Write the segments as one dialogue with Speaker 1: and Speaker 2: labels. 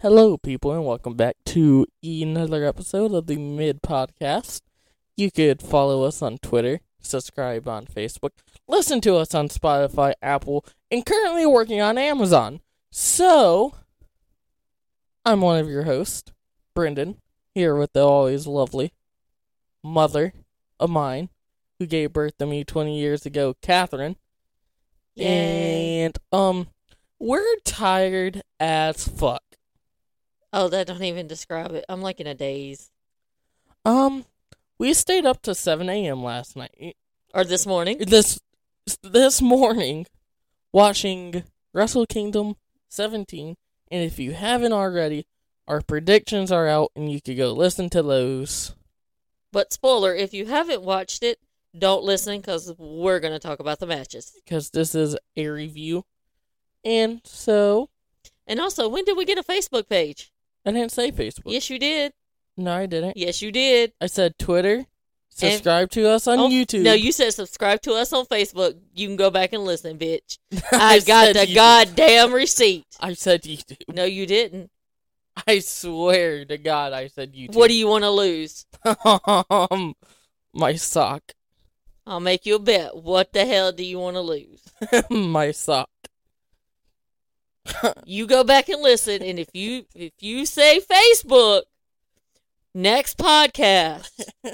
Speaker 1: Hello, people, and welcome back to another episode of the Mid Podcast. You could follow us on Twitter, subscribe on Facebook, listen to us on Spotify, Apple, and currently working on Amazon. So, I'm one of your hosts, Brendan, here with the always lovely mother of mine, who gave birth to me 20 years ago, Catherine. And, um, we're tired as fuck.
Speaker 2: Oh, that don't even describe it. I'm like in a daze.
Speaker 1: Um, we stayed up to seven a.m. last night.
Speaker 2: Or this morning.
Speaker 1: This this morning, watching Wrestle Kingdom 17, and if you haven't already, our predictions are out, and you could go listen to those.
Speaker 2: But spoiler, if you haven't watched it, don't listen because we're going to talk about the matches.
Speaker 1: because this is a review. And so
Speaker 2: And also, when did we get a Facebook page?
Speaker 1: I didn't say Facebook.
Speaker 2: Yes, you did.
Speaker 1: No, I didn't.
Speaker 2: Yes, you did.
Speaker 1: I said Twitter. Subscribe to us on
Speaker 2: Oh,
Speaker 1: YouTube.
Speaker 2: No, you said subscribe to us on Facebook. You can go back and listen, bitch.
Speaker 1: I
Speaker 2: I, got
Speaker 1: said
Speaker 2: the
Speaker 1: YouTube.
Speaker 2: goddamn receipt.
Speaker 1: I said YouTube.
Speaker 2: No, you didn't.
Speaker 1: I swear to God, I said YouTube.
Speaker 2: What do you want to lose?
Speaker 1: um, my sock,
Speaker 2: I'll make you a bet. What the hell do you want to lose?
Speaker 1: my sock.
Speaker 2: you go back and listen and if you if you say facebook next podcast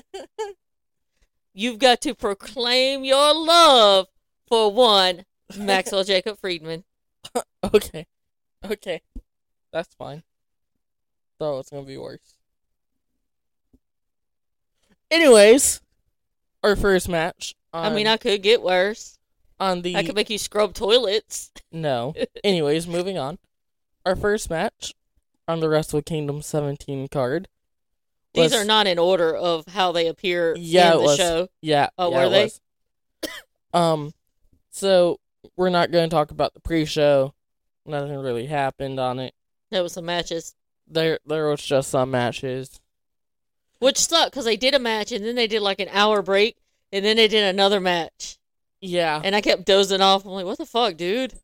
Speaker 2: you've got to proclaim your love for one maxwell jacob friedman
Speaker 1: Okay, okay, that's fine. Thought it was gonna be worse. Anyways, our first match. On,
Speaker 2: i mean i could get worse
Speaker 1: on Um, the
Speaker 2: i could make you scrub toilets
Speaker 1: no. Anyways, moving on. Our first match on the Wrestle Kingdom 17 card.
Speaker 2: these
Speaker 1: was-
Speaker 2: are not in order of how they appear
Speaker 1: Yeah,
Speaker 2: in
Speaker 1: it
Speaker 2: the
Speaker 1: was.
Speaker 2: show
Speaker 1: Yeah.
Speaker 2: Oh,
Speaker 1: yeah,
Speaker 2: were
Speaker 1: it
Speaker 2: they?
Speaker 1: was. um, so we're not going to talk about the pre-show. Nothing really happened on it.
Speaker 2: there was some matches
Speaker 1: There, there was just some matches.
Speaker 2: which sucked because they did a match and then they did like an hour break and then they did another match
Speaker 1: Yeah,
Speaker 2: and i kept dozing off i'm like what the fuck dude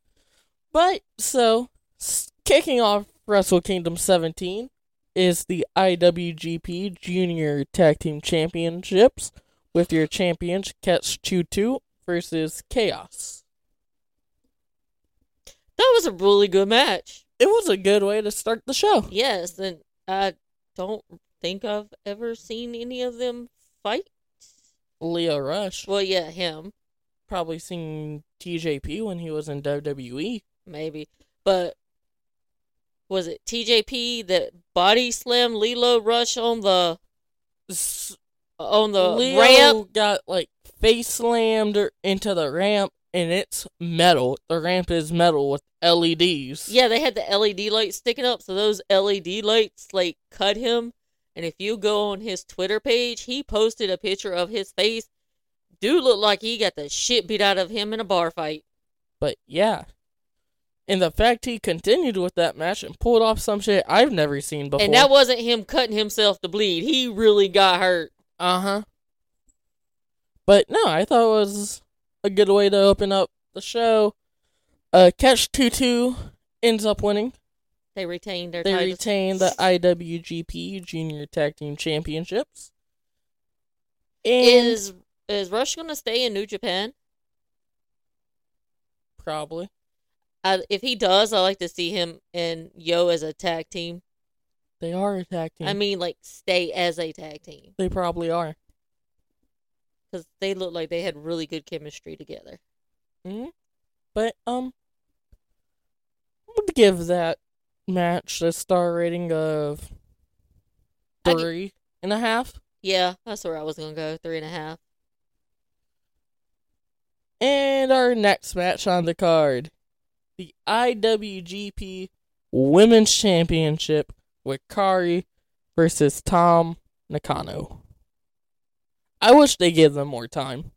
Speaker 1: but so s- kicking off Wrestle Kingdom 17 is the IWGP Junior Tag Team Championships with your champions Catch Two versus Chaos.
Speaker 2: that was a really good match
Speaker 1: It was a good way to start the show.
Speaker 2: Yes, and I don't think I've ever seen any of them fight.
Speaker 1: Leo Rush
Speaker 2: Well, yeah, him
Speaker 1: probably seen TJP when he was in E. WWE.
Speaker 2: maybe, but was it TJP that body slam Lilo Rush on the
Speaker 1: S-
Speaker 2: on the
Speaker 1: Leo
Speaker 2: ramp?
Speaker 1: got like face slammed or- into the ramp, and it's metal. The ramp is metal with E LEDs.
Speaker 2: Yeah, they had the LED lights sticking up, so those LED lights like cut him. And if you go on his Twitter page, he posted a picture of his face. Dude looked like he got the shit beat out of him in a bar fight.
Speaker 1: but yeah. And the fact he continued with that match and pulled off some shit I've never seen before.
Speaker 2: And that wasn't him cutting himself to bleed. He really got hurt.
Speaker 1: uh huh. But no, I thought it was a good way to open up the show. Uh, Catch Two Two ends up winning.
Speaker 2: They retained their
Speaker 1: They
Speaker 2: titles.
Speaker 1: retain the IWGP Junior Tag Team Championships. And
Speaker 2: is is Rush gonna stay in New Japan?
Speaker 1: probably.
Speaker 2: I, if he does, I like to see him and Yo as a tag team.
Speaker 1: They are a tag team.
Speaker 2: I mean, like stay as a tag team
Speaker 1: they probably are.
Speaker 2: because they look like they had really good chemistry together.
Speaker 1: hmm But um I would give that match a star rating of
Speaker 2: I gi-
Speaker 1: three and a half.
Speaker 2: Yeah, that's where I was gonna go. Three and a half.
Speaker 1: And our next match on the card. The IWGP Women's Championship with Kari versus Tom Nakano. I wish they gave them more time.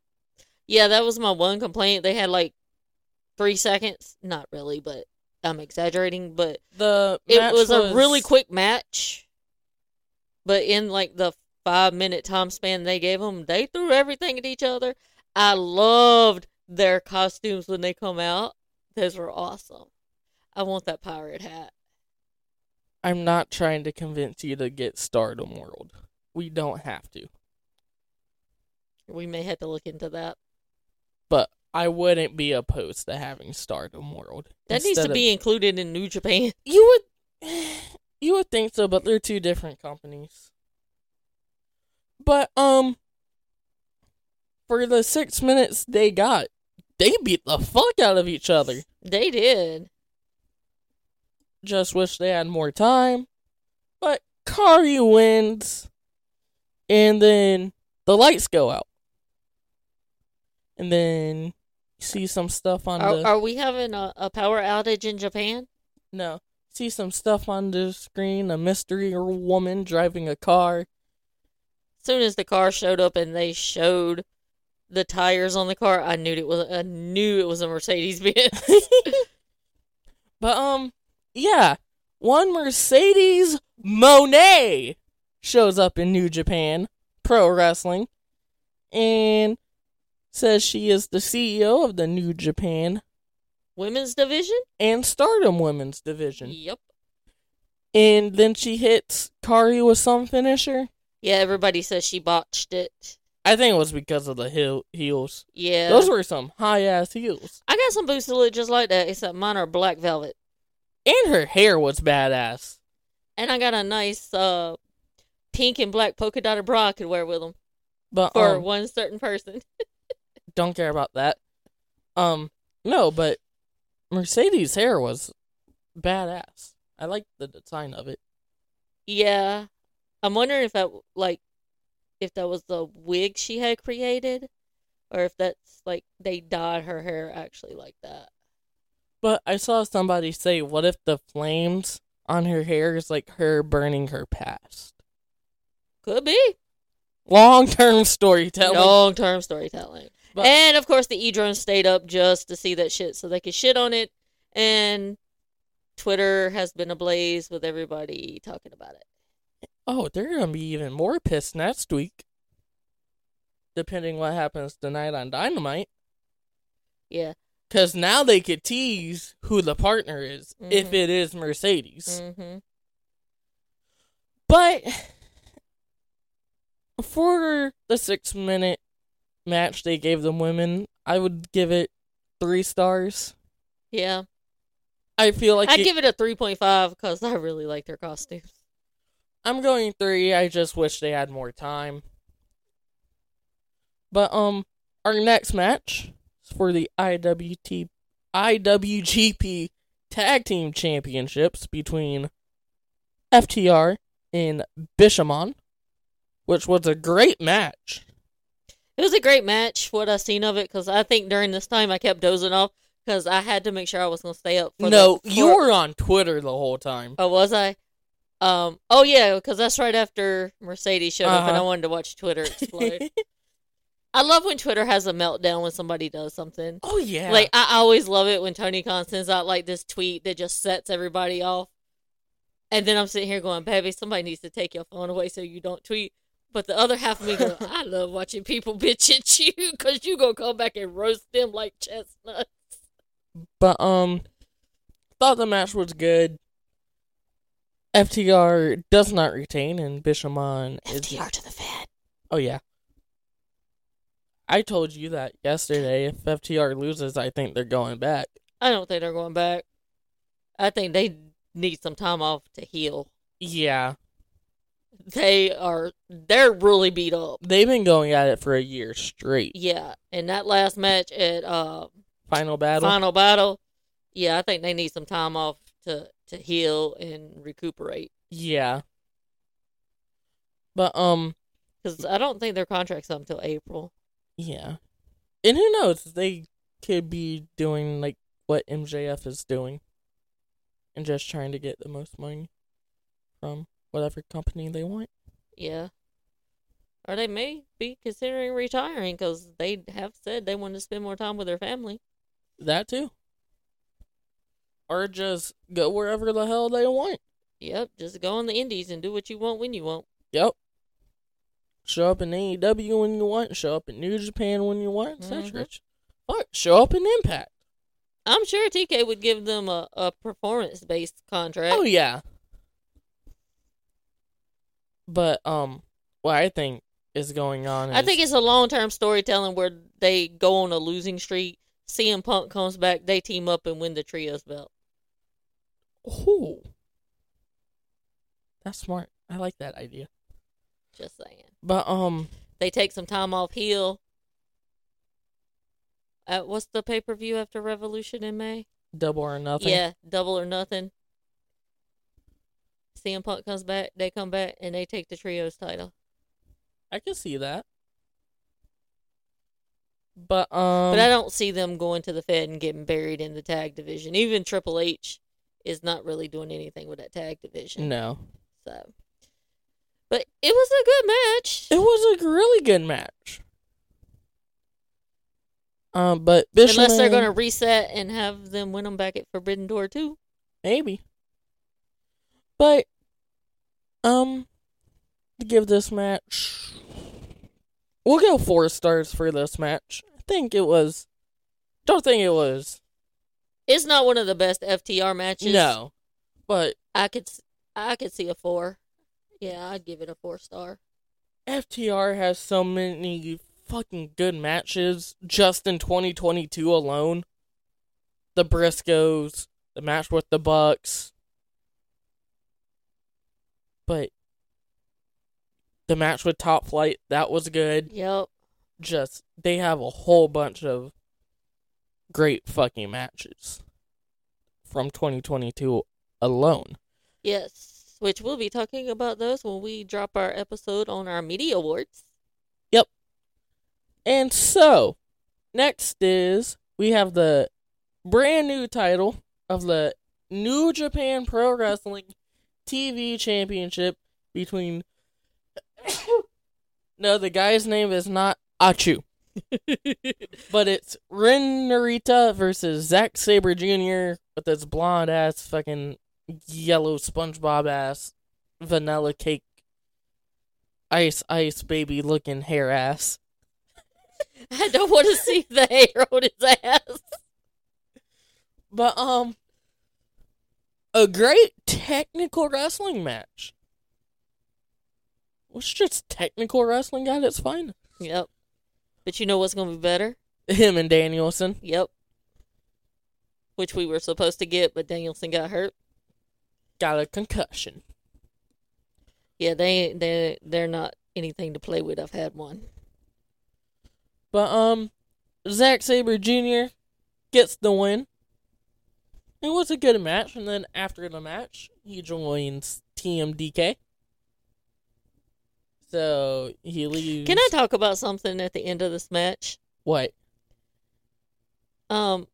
Speaker 2: Yeah, that was my one complaint. They had like three seconds. Not really, but I'm exaggerating. But
Speaker 1: The
Speaker 2: it
Speaker 1: match
Speaker 2: was, a really quick match. But in like the five minute time span they gave them, they threw everything at each other. I loved their costumes when they come out. Those were awesome. I want that pirate hat.
Speaker 1: I'm not trying to convince you to get Stardom World. We don't have to.
Speaker 2: We may have to look into that.
Speaker 1: But I wouldn't be opposed to having Stardom World.
Speaker 2: That needs
Speaker 1: Instead
Speaker 2: to
Speaker 1: of-
Speaker 2: be included in New Japan.
Speaker 1: You would you would think so, but they're two different companies. But um for the 6 minutes they got, they beat the fuck out of each other.
Speaker 2: They did.
Speaker 1: Just wish they had more time. But Kari wins. And then the lights go out. And then you see some stuff on
Speaker 2: Are,
Speaker 1: the
Speaker 2: are we having a, a power outage in Japan?
Speaker 1: No. See some stuff on the screen, a mystery woman driving a car.
Speaker 2: soon as the car showed up and they showed the tires on the car, I knew it was I knew it was a Mercedes Benz.
Speaker 1: But um yeah, one Mercedes Monet shows up in New Japan Pro Wrestling and says she is the CEO of the New Japan
Speaker 2: Women's division?
Speaker 1: and Stardom Women's Division.
Speaker 2: Yep.
Speaker 1: And then she hits Kari with some finisher.
Speaker 2: Yeah, everybody says she botched it.
Speaker 1: I think it was because of the heel- heels.
Speaker 2: Yeah.
Speaker 1: Those were some high ass heels.
Speaker 2: I got some boots that look just like that, except mine are black velvet.
Speaker 1: And her hair was badass.
Speaker 2: And I got a nice uh pink and black polka dotted bra I could wear with them
Speaker 1: But
Speaker 2: for
Speaker 1: um,
Speaker 2: one certain person.
Speaker 1: don't care about that. Um, no, but Mercedes' hair was badass. I like the design of it.
Speaker 2: Yeah. I'm wondering if that like if that was the wig she had created or if that's like they dyed her hair actually like that.
Speaker 1: But I saw somebody say, "What if the flames on her hair is like her burning her past?"
Speaker 2: Could be.
Speaker 1: Long-term storytelling.
Speaker 2: Long term storytelling.
Speaker 1: But-
Speaker 2: and of course the E drone stayed up just to see that shit so they could shit on it and Twitter has been ablaze with everybody talking about it.
Speaker 1: Oh, they're gonna be even more pissed next week. Depending what happens tonight on Dynamite,
Speaker 2: Yeah.
Speaker 1: because now they could tease who the partner is if
Speaker 2: Mhm.
Speaker 1: it is Mercedes.
Speaker 2: hmm
Speaker 1: But for the six minute match they gave the women, I would give it three stars.
Speaker 2: Yeah.
Speaker 1: I feel like
Speaker 2: I'd
Speaker 1: it-
Speaker 2: give it a 3.5 because I really like their costumes.
Speaker 1: I'm going three. I just wish they had more time. But um, our next match is for the IWT IWGP Tag Team Championships between FTR and Bishamon, which was a great match.
Speaker 2: It was a great match, what I seen of it, because I think during this time I kept dozing off because I had to make sure I was gonna stay up. For
Speaker 1: no,
Speaker 2: the,
Speaker 1: you
Speaker 2: for-
Speaker 1: were on Twitter the whole time.
Speaker 2: Oh, was I? Um. Oh yeah, because that's right after Mercedes showed up, and I
Speaker 1: Uh-huh.
Speaker 2: wanted to watch Twitter explode. I love when Twitter has a meltdown when somebody does something.
Speaker 1: oh yeah,
Speaker 2: Like I always love it when Tony Khan sends out like this tweet that just sets everybody off, and then I'm sitting here going, "Baby, somebody needs to take your phone away so you don't tweet." But the other half of me goes, "I love watching people bitch at you because you gonna come back and roast them like chestnuts."
Speaker 1: but um, thought the match was good. FTR does not retain, and Bishamon is.
Speaker 2: FTR to the Fed.
Speaker 1: Oh yeah, I told you that yesterday. If FTR loses, I think they're going back.
Speaker 2: I don't think they're going back. I think they need some time off to heal.
Speaker 1: Yeah,
Speaker 2: They are they're really beat up.
Speaker 1: they've been going at it for a year straight.
Speaker 2: Yeah, and that last match at um
Speaker 1: Final battle.
Speaker 2: final battle. Yeah, I think they need some time off to to heal and recuperate
Speaker 1: Yeah. But um,
Speaker 2: because I don't think their contract's up until April.
Speaker 1: Yeah. And who knows? They could be doing like what MJF is doing and just trying to get the most money from whatever company they want.
Speaker 2: Yeah, or they may be considering retiring because they have said they want to spend more time with their family.
Speaker 1: That too. Or just go wherever the hell they want.
Speaker 2: Yep, just go on the Indies and do what you want when you want.
Speaker 1: Yep. Show up in AEW when you want, show up in New Japan when you want, etc. Fuck, show up in Impact.
Speaker 2: I'm sure TK would give them a, a performance based contract.
Speaker 1: Oh yeah. But um, what I think is going on. Is,
Speaker 2: I think it's a long term storytelling where they go on a losing streak. CM Punk comes back, they team up and win the trios belt.
Speaker 1: Ooh. That's smart. I like that idea.
Speaker 2: Just saying.
Speaker 1: But um,
Speaker 2: They take some time off heel. Uh, what's the pay per view after Revolution in May?
Speaker 1: double or nothing.
Speaker 2: Yeah, double or nothing. CM Punk comes back, they come back, and they take the trios title.
Speaker 1: I can see that. But um,
Speaker 2: but I don't see them going to the Fed and getting buried in the tag division. Even Triple H is not really doing anything with that tag division.
Speaker 1: no,
Speaker 2: So, but it was a good match.
Speaker 1: it was a really good match. Um, but Bishop
Speaker 2: Unless they're going to reset and have them win them back at Forbidden Door too.
Speaker 1: Maybe. But um to give this match we'll go four stars for this match. I think it was don't think it was
Speaker 2: It's not one of the best FTR matches.
Speaker 1: no. But
Speaker 2: I could s- I could see a four. Yeah, I'd give it a four star.
Speaker 1: FTR has so many fucking good matches just in 2022 alone. The Briscoes, the match with the Bucks. But the match with Top Flight, that was good.
Speaker 2: Yep.
Speaker 1: Just, they have a whole bunch of great fucking matches from 2022 alone.
Speaker 2: Yes. Which we'll be talking about those when we drop our episode on our media awards.
Speaker 1: And so, next is we have the brand new title of the New Japan Pro Wrestling TV Championship between. no, the guy's name is not Achu, but it's Ren Narita versus Zack Sabre Jr. with this blonde ass, fucking yellow SpongeBob ass, vanilla cake, ice, ice baby looking hair ass.
Speaker 2: I don't want to see the hair on his ass.
Speaker 1: But um a great technical wrestling match. It's just technical wrestling at its finest.
Speaker 2: Yep. But you know what's going to be better?
Speaker 1: Him and Danielson.
Speaker 2: Yep. Which we were supposed to get, but Danielson got hurt.
Speaker 1: Got a concussion.
Speaker 2: Yeah, they they they're not anything to play with. I've had one.
Speaker 1: But um Zack Sabre Jr. gets the win. It was a good match, and then after the match, he joins TMDK. So he leaves
Speaker 2: Can I talk about something at the end of this match?
Speaker 1: what?
Speaker 2: Um,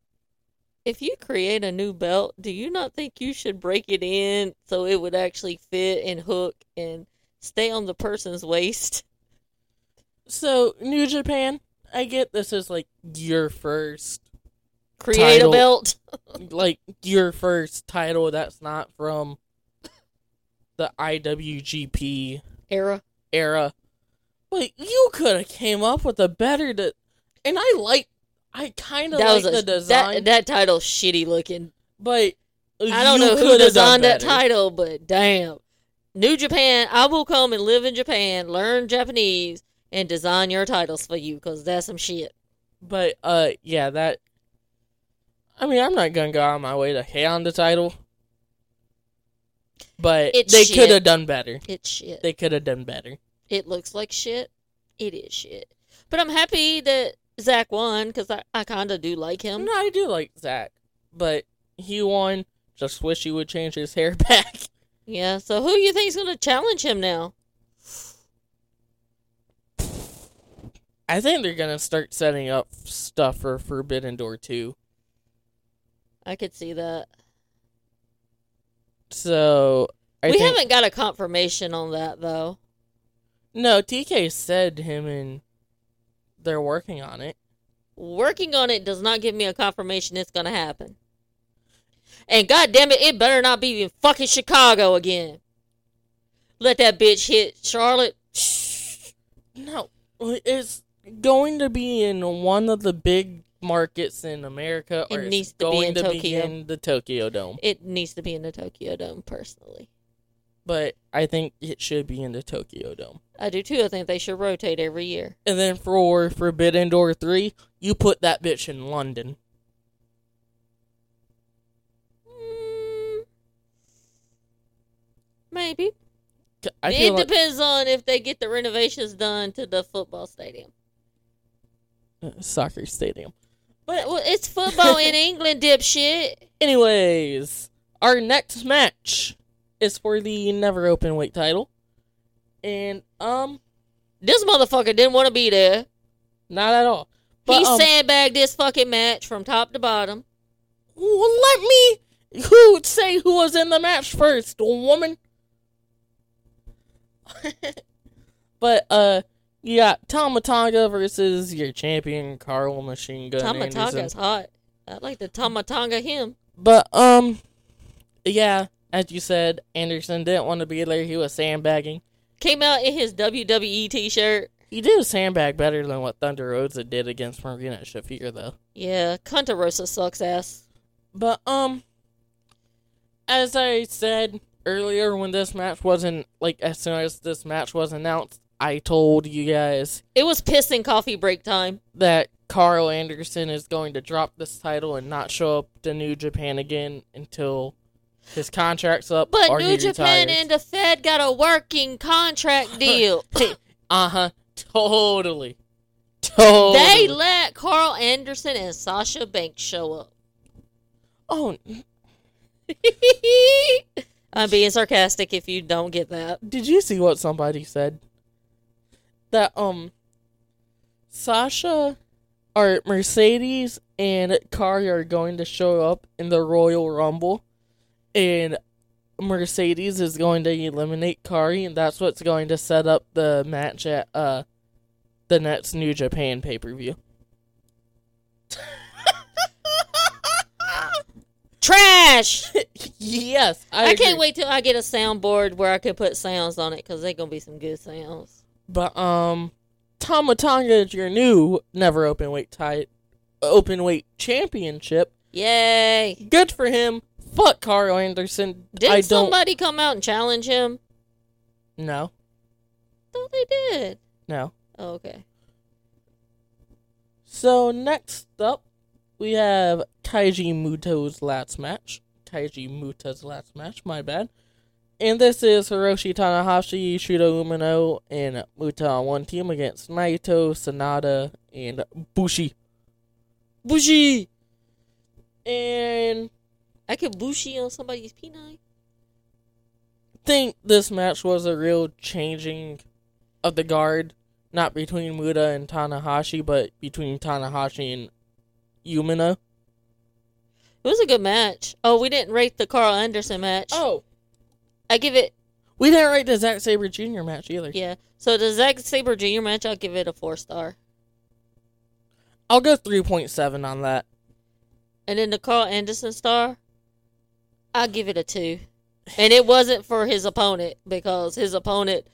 Speaker 2: if you create a new belt, do you not think you should break it in so it would actually fit and hook and stay on the person's waist?
Speaker 1: So New Japan, I get this is like your first
Speaker 2: Create
Speaker 1: Title.
Speaker 2: a belt.
Speaker 1: like your first title that's not from the IWGP
Speaker 2: Era.
Speaker 1: era. But you could have came up with a better de- and I like I kind of
Speaker 2: That
Speaker 1: like
Speaker 2: was a,
Speaker 1: the design,
Speaker 2: That, that title's shitty looking.
Speaker 1: but
Speaker 2: I don't
Speaker 1: you
Speaker 2: know who
Speaker 1: coulda done
Speaker 2: designed that
Speaker 1: better.
Speaker 2: title, but damn. New Japan, I will come and live in Japan, learn Japanese, and design your titles for you because that's some shit.
Speaker 1: But uh, yeah, that. I mean, I'm not gonna go out of my way to hate on the title, but
Speaker 2: It's
Speaker 1: they
Speaker 2: shit.
Speaker 1: could have done better.
Speaker 2: It's shit.
Speaker 1: They could have done better.
Speaker 2: it looks like shit. It is shit. But I'm happy that Zach won because I, I kind of do like him.
Speaker 1: No, I do like Zach, but he won. Just wish he would change his hair back.
Speaker 2: Yeah, so who do you think's going to challenge him now?
Speaker 1: I think they're gonna start setting up stuff for Forbidden Door two.
Speaker 2: I could see that.
Speaker 1: So I
Speaker 2: we
Speaker 1: think
Speaker 2: haven't got a confirmation on that, though.
Speaker 1: no. TK said him and they're working on it.
Speaker 2: working on it does not give me a confirmation it's gonna happen. And god damn it, it better not be in fucking Chicago again. Let that bitch hit Charlotte.
Speaker 1: No, it's going to be in one of the big markets in America, or
Speaker 2: It
Speaker 1: it's
Speaker 2: needs to be
Speaker 1: going
Speaker 2: in
Speaker 1: to be
Speaker 2: Tokyo.
Speaker 1: in the Tokyo Dome.
Speaker 2: It needs to be in the Tokyo Dome personally.
Speaker 1: but I think it should be in the Tokyo Dome.
Speaker 2: I do too. I think they should rotate every year.
Speaker 1: And then for Forbidden Door 3, you put that bitch in London.
Speaker 2: Mm, maybe.
Speaker 1: I
Speaker 2: it
Speaker 1: feel like,
Speaker 2: depends on if they get the renovations done to the football stadium.
Speaker 1: uh, soccer stadium.
Speaker 2: But well, it's football in England, dipshit.
Speaker 1: Anyways, our next match is for the never open weight title. And um
Speaker 2: This motherfucker didn't want to be there.
Speaker 1: not at all. But
Speaker 2: he
Speaker 1: um,
Speaker 2: sandbagged this fucking match from top to bottom.
Speaker 1: well, let me who say who was in the match first, woman. but uh you got Tom Matonga versus your champion Carl Machine Gun Anderson.
Speaker 2: Tamatanga's hot. I like the Tamatanga him.
Speaker 1: But um, yeah, as you said, Anderson didn't want to be there. He was sandbagging.
Speaker 2: Came out in his WWE t-shirt.
Speaker 1: He did sandbag better than what Thunder Rosa did against Marina Shafir, though.
Speaker 2: Yeah, Contarosa sucks ass.
Speaker 1: But um, as I said earlier, when this match wasn't like as soon as this match was announced, I told you guys
Speaker 2: It was pissing coffee break time.
Speaker 1: that Carl Anderson is going to drop this title and not show up to New Japan again until his contract's up
Speaker 2: But
Speaker 1: or he
Speaker 2: New Japan
Speaker 1: retires.
Speaker 2: and the Fed got a working contract deal.
Speaker 1: Uh huh. Totally. Totally.
Speaker 2: They let Carl Anderson and Sasha Banks show up.
Speaker 1: oh,
Speaker 2: I'm being sarcastic if you don't get that.
Speaker 1: did you see what somebody said? That um, Sasha, or Mercedes and Kari are going to show up in the Royal Rumble, and Mercedes is going to eliminate Kari, and that's what's going to set up the match at uh, the next New Japan pay per view.
Speaker 2: Trash!
Speaker 1: yes, I,
Speaker 2: I,
Speaker 1: agree.
Speaker 2: can't wait till I get a soundboard where I can put sounds on it because they're going to be some good sounds.
Speaker 1: But um, Tomatonga is your new never open weight tight open weight championship.
Speaker 2: Yay!
Speaker 1: Good for him. Fuck Carl Anderson.
Speaker 2: Didn't
Speaker 1: I don't
Speaker 2: somebody come out and challenge him?
Speaker 1: no
Speaker 2: thought they did.
Speaker 1: no.
Speaker 2: Oh, okay.
Speaker 1: So next up, we have Kaiji Muto's last match. Kaiji Muta's last match. My bad. And this is Hiroshi Tanahashi, Shudo Umino, and Muta on one team against Naito, Sanada, and Bushi. Bushi! And
Speaker 2: I could bushy on somebody's penile.
Speaker 1: think this match was a real changing of the guard, not between Muda and Tanahashi, but between Tanahashi and Umino.
Speaker 2: It was a good match. Oh, we didn't rate the Carl Anderson match.
Speaker 1: Oh,
Speaker 2: I give it,
Speaker 1: we didn't rate the Zack Sabre Jr. match either.
Speaker 2: yeah. So the Zack Sabre Jr. match, I'll give it a four star.
Speaker 1: I'll go 3.7 on that.
Speaker 2: And then the Carl Anderson star, I give it a two. And it wasn't for his opponent because his opponent,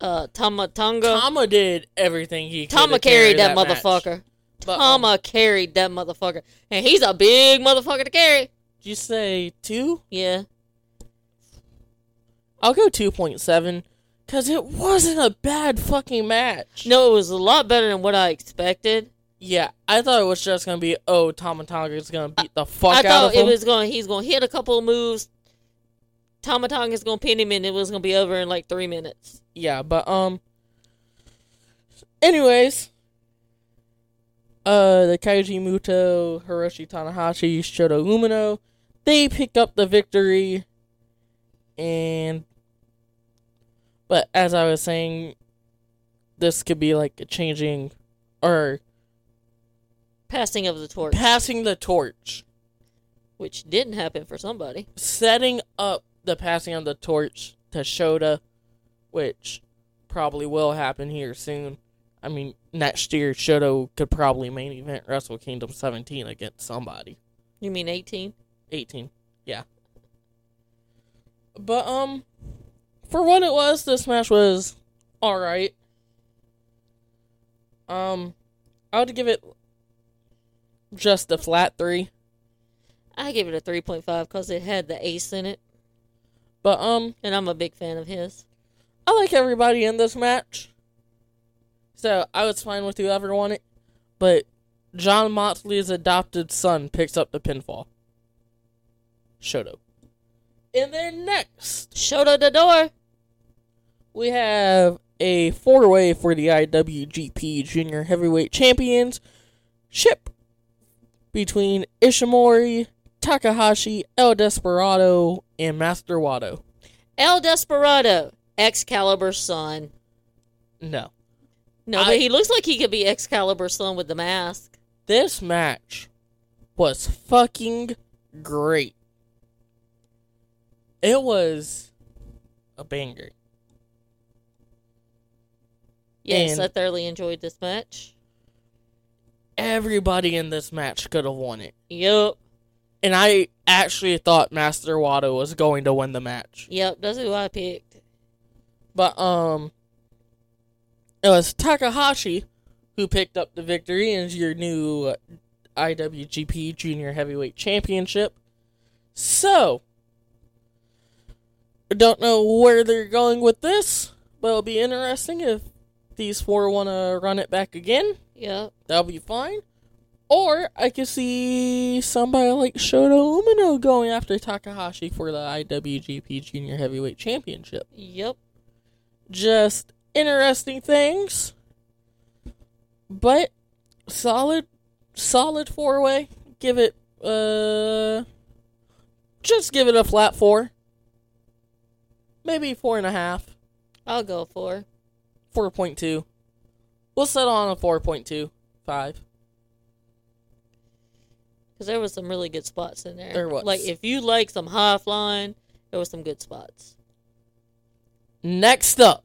Speaker 2: uh, Tama Tonga,
Speaker 1: Tama did everything he could.
Speaker 2: Tama
Speaker 1: to carry
Speaker 2: carried that,
Speaker 1: match.
Speaker 2: motherfucker.
Speaker 1: But, um,
Speaker 2: Tama carried that motherfucker, and he's a big motherfucker to carry.
Speaker 1: Did you say two?
Speaker 2: Yeah,
Speaker 1: I'll go 2.7 because it wasn't a bad fucking match.
Speaker 2: no, it was a lot better than what I expected.
Speaker 1: Yeah, I thought it was just going to be, oh, Tama Tonga's going to beat the fuck
Speaker 2: I
Speaker 1: out of
Speaker 2: thought
Speaker 1: him.
Speaker 2: it was going. He's going to hit a couple of moves. Tama Tonga's going to pin him, and it was going to be over in like three minutes.
Speaker 1: yeah, but um. Anyways, uh, the Kaiji Muto, Hiroshi Tanahashi, Shoto Umino, they pick up the victory, and but as I was saying, this could be like a changing or
Speaker 2: Passing of the torch,
Speaker 1: passing the torch,
Speaker 2: which didn't happen for somebody.
Speaker 1: setting up the passing of the torch to Shota, which probably will happen here soon. I mean, next year Shota could probably main event Wrestle Kingdom 17 against somebody.
Speaker 2: You mean eighteen?
Speaker 1: 18, yeah. But um, for what it was, this match was all right. Um, I would give it just a flat three.
Speaker 2: I give it a 3.5 because it had the ace in it.
Speaker 1: But um,
Speaker 2: and I'm a big fan of his.
Speaker 1: I like everybody in this match. So I was fine with whoever won it. But John Moxley's adopted son picks up the pinfall. Shoto. And then next,
Speaker 2: Shoto the door.
Speaker 1: we have a four way for the IWGP Junior Heavyweight Champions ship between Ishimori, Takahashi, El Desperado, and Master Wado.
Speaker 2: El Desperado, Excalibur's son.
Speaker 1: No.
Speaker 2: No,
Speaker 1: I-
Speaker 2: but he looks like he could be Excalibur's son with the mask.
Speaker 1: this match was fucking great. It was a banger.
Speaker 2: Yes,
Speaker 1: And-
Speaker 2: I thoroughly enjoyed this match.
Speaker 1: Everybody in this match could have won it.
Speaker 2: Yep,
Speaker 1: And I actually thought Master Wado was going to win the match.
Speaker 2: yep, that's who I picked.
Speaker 1: But um it was Takahashi who picked up the victory and is your new uh, IWGP Junior Heavyweight Championship. So I don't know where they're going with this, but it'll be interesting if these four want to run it back again.
Speaker 2: Yep,
Speaker 1: That'll be fine. Or I could see somebody like Shoto Umino going after Takahashi for the IWGP Junior Heavyweight Championship
Speaker 2: yep.
Speaker 1: just interesting things. But solid solid four way. Give it uh just give it a flat four. Maybe four and a half.
Speaker 2: I'll go for.
Speaker 1: Four point two. We'll settle on a four point two five.
Speaker 2: Because there was some really good spots in there.
Speaker 1: There was.
Speaker 2: Like, if you like some high flying, there was some good spots.
Speaker 1: Next up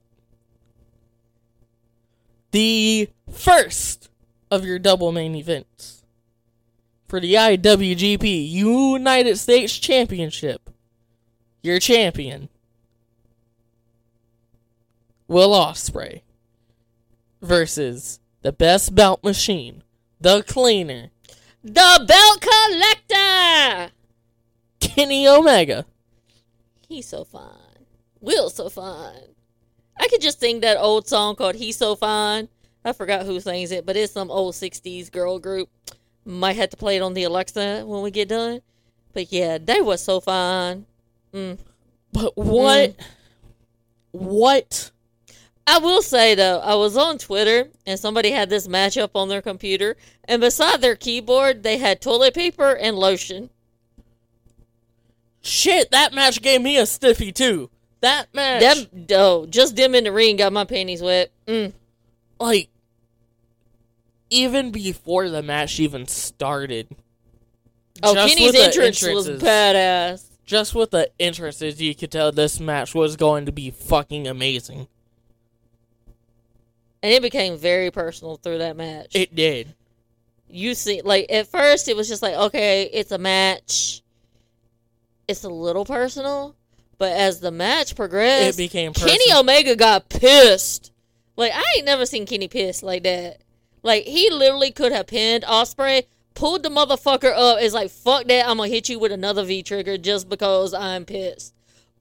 Speaker 1: the first of your double main events for the IWGP United States Championship. Your champion, Will Ospreay, versus the best belt machine, the cleaner,
Speaker 2: The Belt Collector!
Speaker 1: Kenny Omega.
Speaker 2: He's so fine. Will's so fine. I could just sing that old song called He's So Fine. I forgot who sings it, but it's some old 60s girl group. Might have to play it on the Alexa when we get done. But yeah, they were so fine. Mm.
Speaker 1: But what? What?
Speaker 2: I will say though, I was on Twitter and somebody had this matchup on their computer, and beside their keyboard, they had toilet paper and lotion.
Speaker 1: Shit, that match gave me a stiffy too. That match.
Speaker 2: Them, oh, just them in the ring got my panties wet. Mm.
Speaker 1: like even before the match even started.
Speaker 2: Oh,
Speaker 1: just
Speaker 2: Kenny's
Speaker 1: with the
Speaker 2: entrance was
Speaker 1: entrances-
Speaker 2: badass.
Speaker 1: Just with the entrances, you could tell this match was going to be fucking amazing.
Speaker 2: and it became very personal through that match.
Speaker 1: It did.
Speaker 2: you see, like at first, it was just like, okay, it's a match. It's a little personal, but as the match
Speaker 1: It
Speaker 2: progressed,
Speaker 1: became personal.
Speaker 2: Kenny Omega got pissed. Like I ain't never seen Kenny pissed like that. Like he literally could have pinned Osprey, pulled the motherfucker up. Is like fuck that. I'm gonna hit you with another V trigger just because I'm pissed.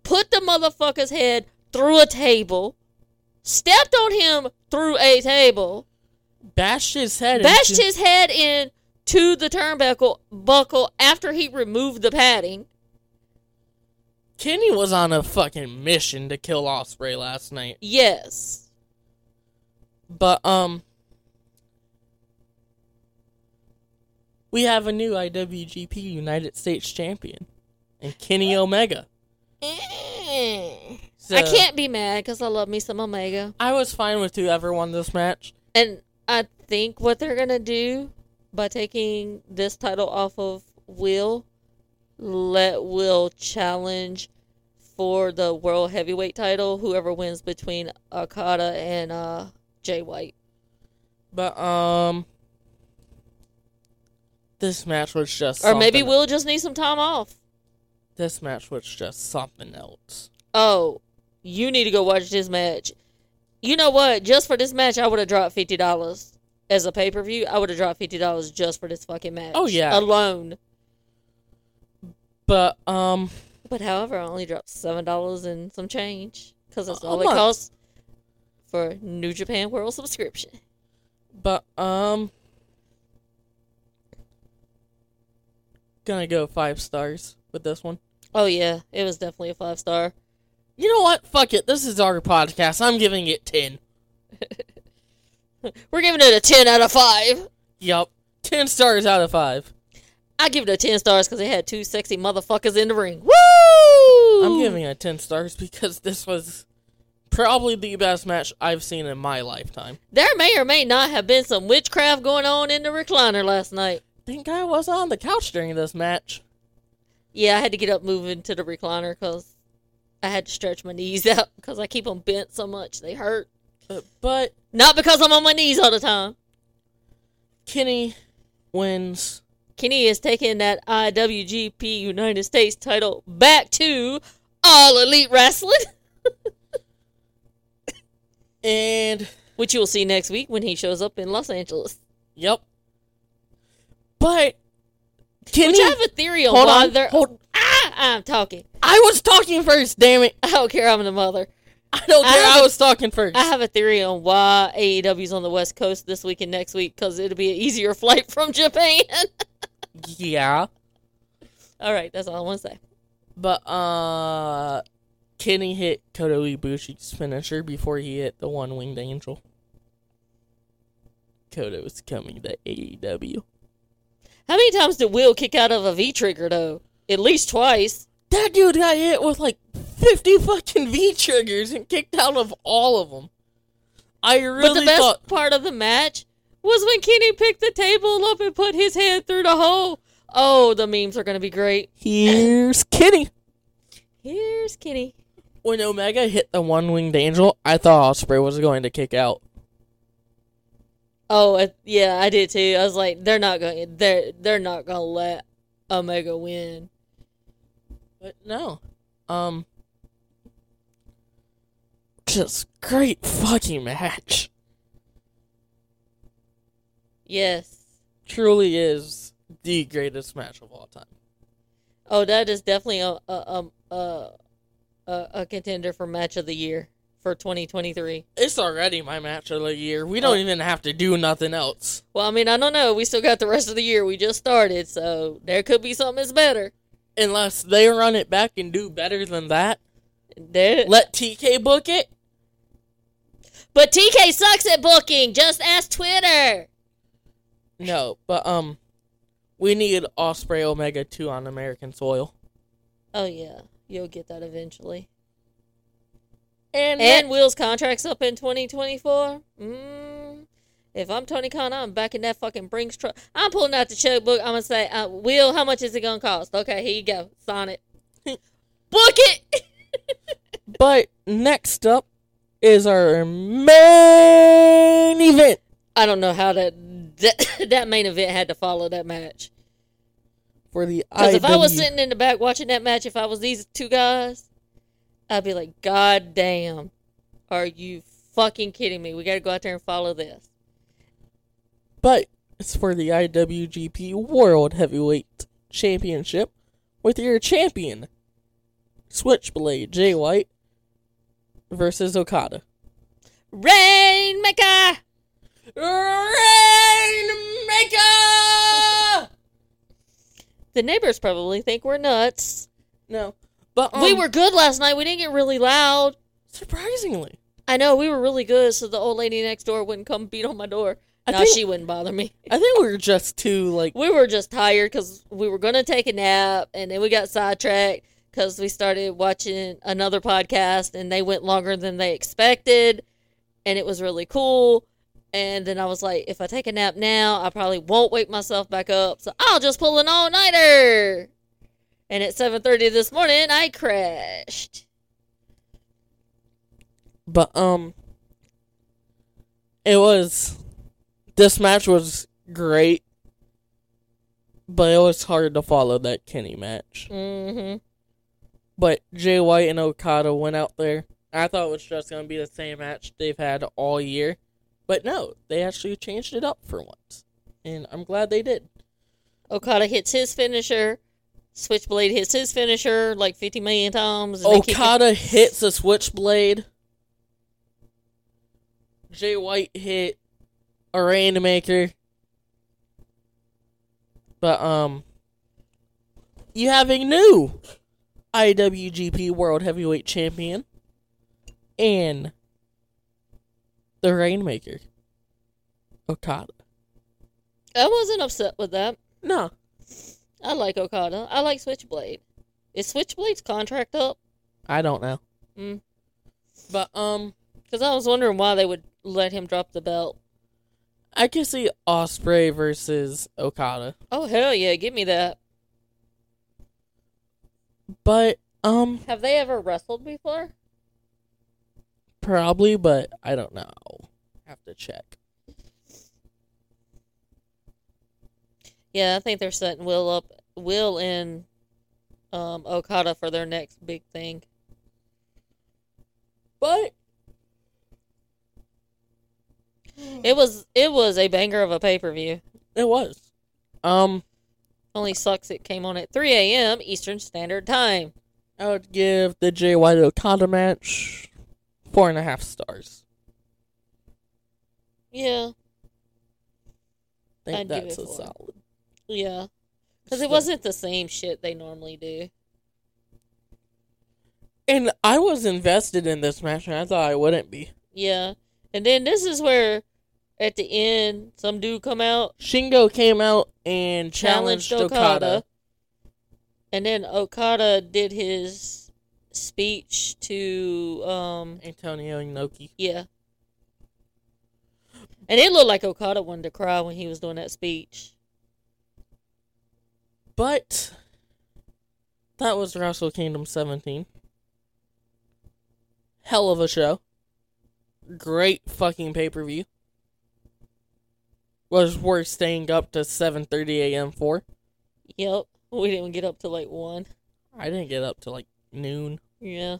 Speaker 2: Put the motherfucker's head through a table, stepped on him through a table,
Speaker 1: bashed his head.
Speaker 2: bashed
Speaker 1: into-
Speaker 2: his head in to the turnbuckle buckle after he removed the padding.
Speaker 1: Kenny was on a fucking mission to kill Osprey last night.
Speaker 2: Yes.
Speaker 1: But um, we have a new IWGP United States champion, and Kenny Omega. So,
Speaker 2: I can't be mad because I love me some Omega.
Speaker 1: I was fine with whoever won this match.
Speaker 2: And I think what they're gonna do by taking this title off of Will, let Will challenge for the world heavyweight title. Whoever wins between Okada and uh, Jay White.
Speaker 1: But um, this match was just
Speaker 2: Or maybe
Speaker 1: something-
Speaker 2: Will just needs some time off.
Speaker 1: this match was just something else.
Speaker 2: Oh, you need to go watch this match. You know what? Just for this match, I would have dropped fifty dollars as a pay per view. I would have dropped fifty dollars just for this fucking match.
Speaker 1: Oh, yeah.
Speaker 2: alone.
Speaker 1: But um,
Speaker 2: But however, I only dropped seven dollars and some change because that's
Speaker 1: A- a
Speaker 2: all it
Speaker 1: month.
Speaker 2: costs for New Japan World subscription.
Speaker 1: But um gonna go five stars with this one.
Speaker 2: Oh yeah, it was definitely a five star.
Speaker 1: You know what? Fuck it. This is our podcast. I'm giving it ten.
Speaker 2: We're giving it a ten out of five.
Speaker 1: Yup. Ten stars out of five.
Speaker 2: I give it a ten stars because it had two sexy motherfuckers in the ring. Woo!
Speaker 1: I'm giving it ten stars because this was probably the best match I've seen in my lifetime.
Speaker 2: There may or may not have been some witchcraft going on in the recliner last night.
Speaker 1: Think I was on the couch during this match.
Speaker 2: Yeah, I had to get up moving to the recliner because I had to stretch my knees out because I keep them bent so much they hurt.
Speaker 1: Uh, but
Speaker 2: Not because I'm on my knees all the time.
Speaker 1: Kenny wins.
Speaker 2: Kenny is taking that IWGP United States title back to All Elite Wrestling,
Speaker 1: And
Speaker 2: which you'll see next week when he shows up in Los Angeles.
Speaker 1: yep. But Kenny
Speaker 2: Which I have a theory on
Speaker 1: Hold
Speaker 2: why
Speaker 1: on,
Speaker 2: they're.
Speaker 1: hold-
Speaker 2: ah, I'm talking.
Speaker 1: I was talking first, damn it.
Speaker 2: I don't care. I'm the mother.
Speaker 1: I don't
Speaker 2: I
Speaker 1: care. I,
Speaker 2: have-
Speaker 1: was talking first.
Speaker 2: I have a theory on why AEW's on the West Coast this week and next week because it'll be an easier flight from Japan.
Speaker 1: yeah.
Speaker 2: all right, that's all I want to say.
Speaker 1: But uh Kenny hit Koto Ibushi's finisher before he hit the one winged angel. Koto's coming to E AEW.
Speaker 2: How many times did Will kick out of a V trigger though? At least twice.
Speaker 1: That dude got hit with like 50 fucking V triggers and kicked out of all of them. I
Speaker 2: But
Speaker 1: really
Speaker 2: the best
Speaker 1: thought
Speaker 2: part of the match was when Kenny picked the table up and put his head through the hole. Oh, the memes are gonna be great.
Speaker 1: here's Kenny.
Speaker 2: Here's Kenny.
Speaker 1: When Omega hit the one winged angel, I thought Osprey was going to kick out.
Speaker 2: Oh, I, yeah, I did too. I was like, they're not gonna, they're they're not gonna let Omega win.
Speaker 1: But no. Um just great fucking match.
Speaker 2: Yes.
Speaker 1: Truly is the greatest match of all time.
Speaker 2: Oh, that is definitely a a a a, a, a contender for match of the year for 2023.
Speaker 1: It's already my match of the year. We don't
Speaker 2: Oh.
Speaker 1: even have to do nothing else.
Speaker 2: Well, I mean, I don't know. We still got the rest of the year. We just started, so there could be something that's better.
Speaker 1: Unless they run it back and do better than that.
Speaker 2: There,
Speaker 1: Let TK book it.
Speaker 2: But TK sucks at booking. Just ask Twitter.
Speaker 1: No, but um we need Osprey Omega 2 on American soil.
Speaker 2: Oh yeah, you'll get that eventually.
Speaker 1: And,
Speaker 2: And Will's contract's up in 2024. Mm, if I'm Tony Khan, I'm backing that fucking Brinks truck. I'm pulling out the checkbook. I'm gonna say, uh, Will, how much is it gonna cost? Okay, here you go. Sign it. Book it.
Speaker 1: but next up is our main event.
Speaker 2: I don't know how that that, that main event had to follow that match.
Speaker 1: for the
Speaker 2: Because if I was
Speaker 1: IW.
Speaker 2: sitting in the back watching that match, if I was these two guys, I'd be like, God damn. Are you fucking kidding me? We got to go out there and follow this.
Speaker 1: but it's for the IWGP World Heavyweight Championship with your champion Switchblade Jay White versus Okada.
Speaker 2: Rainmaker!
Speaker 1: Rainmaker.
Speaker 2: The neighbors probably think we're nuts.
Speaker 1: No, but um,
Speaker 2: we were good last night. We didn't get really loud.
Speaker 1: surprisingly.
Speaker 2: I know, we were really good, so the old lady next door wouldn't come beat on my door.
Speaker 1: I
Speaker 2: No,
Speaker 1: think-
Speaker 2: she wouldn't bother me.
Speaker 1: I think we were just too like
Speaker 2: we were just tired because we were gonna take a nap and then we got sidetracked because we started watching another podcast and they went longer than they expected and it was really cool and then i was like if i take a nap now i probably won't wake myself back up so i'll just pull an all-nighter and at 7.30 this morning i crashed
Speaker 1: But um it was this match was great. But it was hard to follow that Kenny match.
Speaker 2: hmm
Speaker 1: But Jay White and Okada went out there. I thought it was just gonna be the same match they've had all year. But no, they actually changed it up for once. And I'm glad they did.
Speaker 2: okada hits his finisher Switchblade hits his finisher like 50 million times. and they keep it-
Speaker 1: Okada hits a switchblade. Jay White hit a Rainmaker. But um you have a new IWGP World Heavyweight Champion and the Rainmaker. Okada.
Speaker 2: I wasn't upset with that.
Speaker 1: No.
Speaker 2: I like Okada. I like Switchblade. Is Switchblade's contract up?
Speaker 1: I don't know.
Speaker 2: Mm.
Speaker 1: But um
Speaker 2: Because I was wondering why they would let him drop the belt.
Speaker 1: I can see Osprey versus Okada.
Speaker 2: Oh, hell yeah. Give me that.
Speaker 1: But um
Speaker 2: Have they ever wrestled before?
Speaker 1: Probably, but I don't know. Have to check.
Speaker 2: Yeah, I think they're setting Will up. Will and um, Okada for their next big thing.
Speaker 1: But
Speaker 2: It was it was a banger of a pay per view.
Speaker 1: it was. Um,
Speaker 2: Only sucks it came on at 3 a.m. Eastern Standard Time.
Speaker 1: I would give the Jay White Okada match four and a half stars.
Speaker 2: Yeah,
Speaker 1: I think
Speaker 2: I'd give
Speaker 1: that's
Speaker 2: it
Speaker 1: a
Speaker 2: four.
Speaker 1: solid.
Speaker 2: yeah. Because
Speaker 1: Still-
Speaker 2: it wasn't the same shit they normally do.
Speaker 1: And I was invested in this match, and I thought I wouldn't be.
Speaker 2: Yeah. And then this is where, at the end, some dude come out
Speaker 1: Shingo came out and challenged, Okada.
Speaker 2: And then Okada did his speech to um
Speaker 1: Antonio Inoki.
Speaker 2: yeah. And it looked like Okada wanted to cry when he was doing that speech.
Speaker 1: But that was Wrestle Kingdom 17. Hell of a show. Great fucking pay per view. Was worth staying up to 7:30 a.m. for.
Speaker 2: Yep. We didn't get up till like one.
Speaker 1: I didn't get up till like noon.
Speaker 2: Yeah.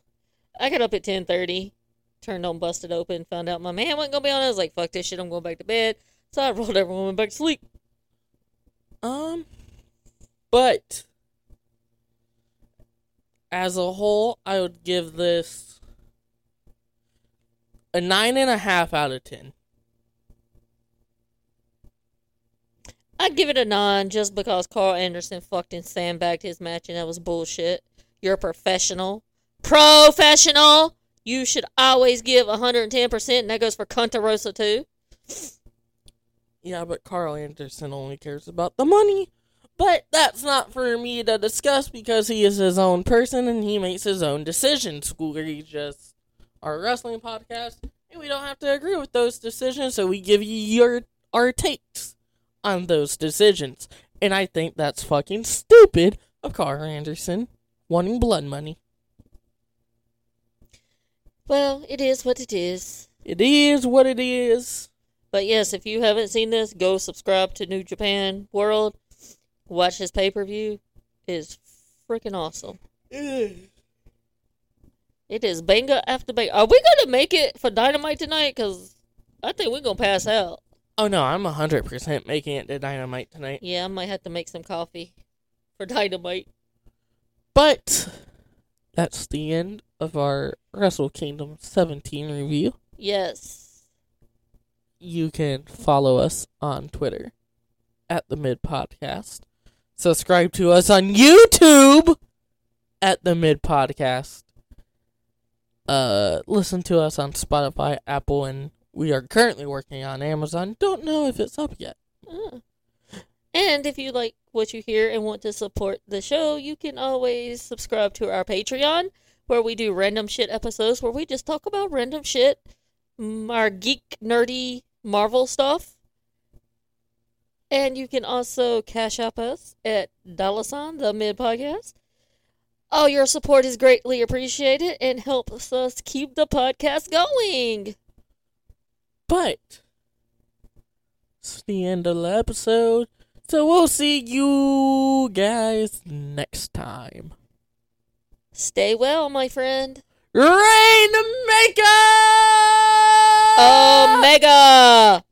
Speaker 2: I got up at ten thirty, turned on busted open, found out my man wasn't gonna be on. I was like, fuck this shit, I'm going back to bed. So I rolled over and went back to sleep.
Speaker 1: Um, but as a whole, I would give this a nine and a half out of ten.
Speaker 2: I'd give it a nine just because Carl Anderson fucked and sandbagged his match and that was bullshit. You're a professional. Professional! You should always give 110%, and that goes for Contarosa too.
Speaker 1: Yeah, but Carl Anderson only cares about the money. But that's not for me to discuss because he is his own person and he makes his own decisions. We just are a wrestling podcast and we don't have to agree with those decisions, so we give you your our takes on those decisions. And I think that's fucking stupid of Carl Anderson wanting blood money.
Speaker 2: Well, it is what it is.
Speaker 1: It is what it is.
Speaker 2: But yes, if you haven't seen this, go subscribe to New Japan World. Watch his pay per view. It is freaking awesome. It is banger after banger. Are we going to make it for Dynamite tonight? Because I think we're going to pass out.
Speaker 1: Oh no, I'm 100% making it to Dynamite tonight.
Speaker 2: Yeah, I might have to make some coffee for dynamite.
Speaker 1: But that's the end of our Wrestle Kingdom 17 review.
Speaker 2: Yes.
Speaker 1: You can follow us on Twitter at the Mid Podcast. Subscribe to us on YouTube at the Mid Podcast. Uh, listen to us on Spotify, Apple, and we are currently working on Amazon. Don't know if it's up yet.
Speaker 2: Uh. And if you like what you hear and want to support the show, you can always subscribe to our Patreon where we do random shit episodes where we just talk about random shit, mm, our geek, nerdy Marvel stuff. And you can also cash up us at Dollasan, the Mid Podcast. All your support is greatly appreciated and helps us keep the podcast going.
Speaker 1: But it's the end of the episode. So we'll see you guys next time.
Speaker 2: Stay well, my friend.
Speaker 1: Rainmaker! Ah!
Speaker 2: Um, Omega!